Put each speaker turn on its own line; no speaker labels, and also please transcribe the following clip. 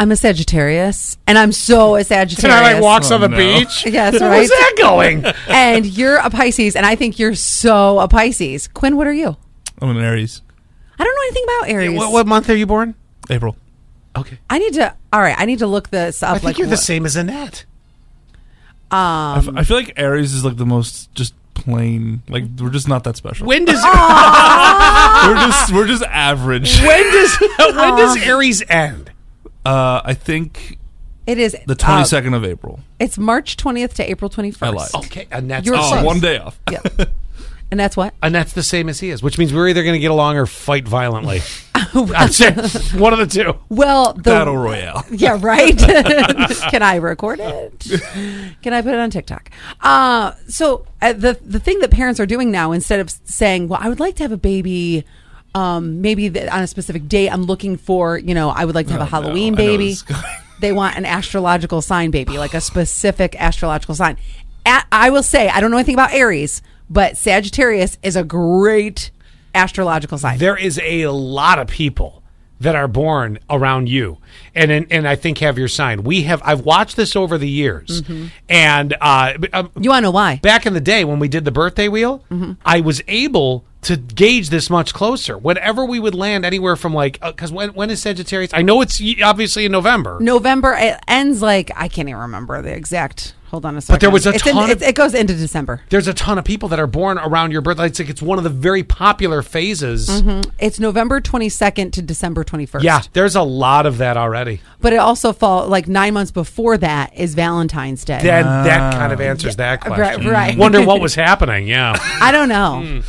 I'm a Sagittarius, and I'm so a Sagittarius.
Can I like walks
Oh,
on the
no.
beach?
Yes, right.
Where's that going?
and you're a Pisces, and I think you're so a Pisces. Quinn, what are you?
I'm an Aries.
I don't know anything about Aries.
what, what month are you born?
April.
Okay.
I need to. All right, I need to look this up.
I think
like um,
you're the
what-
same as Annette.
I f- I feel like Aries is like the most just plain. Like we're just not that special.
When does
Ah.
we're just we're just average.
when does when does
Ah.
Aries end?
Uh, I think
It is uh,
the 22nd of April.
it's March 20th to April 21st.
I lied.
Okay, Annette's
You're
the
Oh,
Oh,
same.
close.
one day off.
Yeah. and that's what.
Annette's the same as he is, which means we're either going to get along or fight violently. I'm saying one of the two.
Well, the
Battle Royale.
Yeah, right. Can I record it? Can I put it on TikTok? Uh, so uh, the the thing that parents are doing now, instead of saying, "Well, I would like to have a baby," um, maybe th- on a specific date, I'm looking for, you know, I would like to have a
Oh, no.
Halloween
I know
baby.
this guy.
they want an astrological sign baby, like a specific astrological sign. A I will say, I don't know anything about Aries, but Sagittarius is a great astrological sign.
There is a lot of people that are born around you, and and, and I think have your sign. We have. I've watched this over the years,
Mm-hmm.
and uh, b- um,
you want to know why?
back in the day when we did the birthday wheel,
Mm-hmm.
I was able to gauge this much closer. Whenever we would land anywhere from like, because when when is Sagittarius? I know it's y- obviously in November.
November it ends like I can't even remember the exact. Hold on a second.
there was a
It's in-
ton of-
it's- it goes into December.
There's a ton of people that are born around your birthday. It's like it's one of the very popular phases.
Mm-hmm. It's November 22nd to December 21st.
Yeah, there's a lot of that already.
but it also fall like nine months before that is Valentine's Day.
Then that kind of answers that question.
right.
Wonder what was happening. Yeah.
I don't know.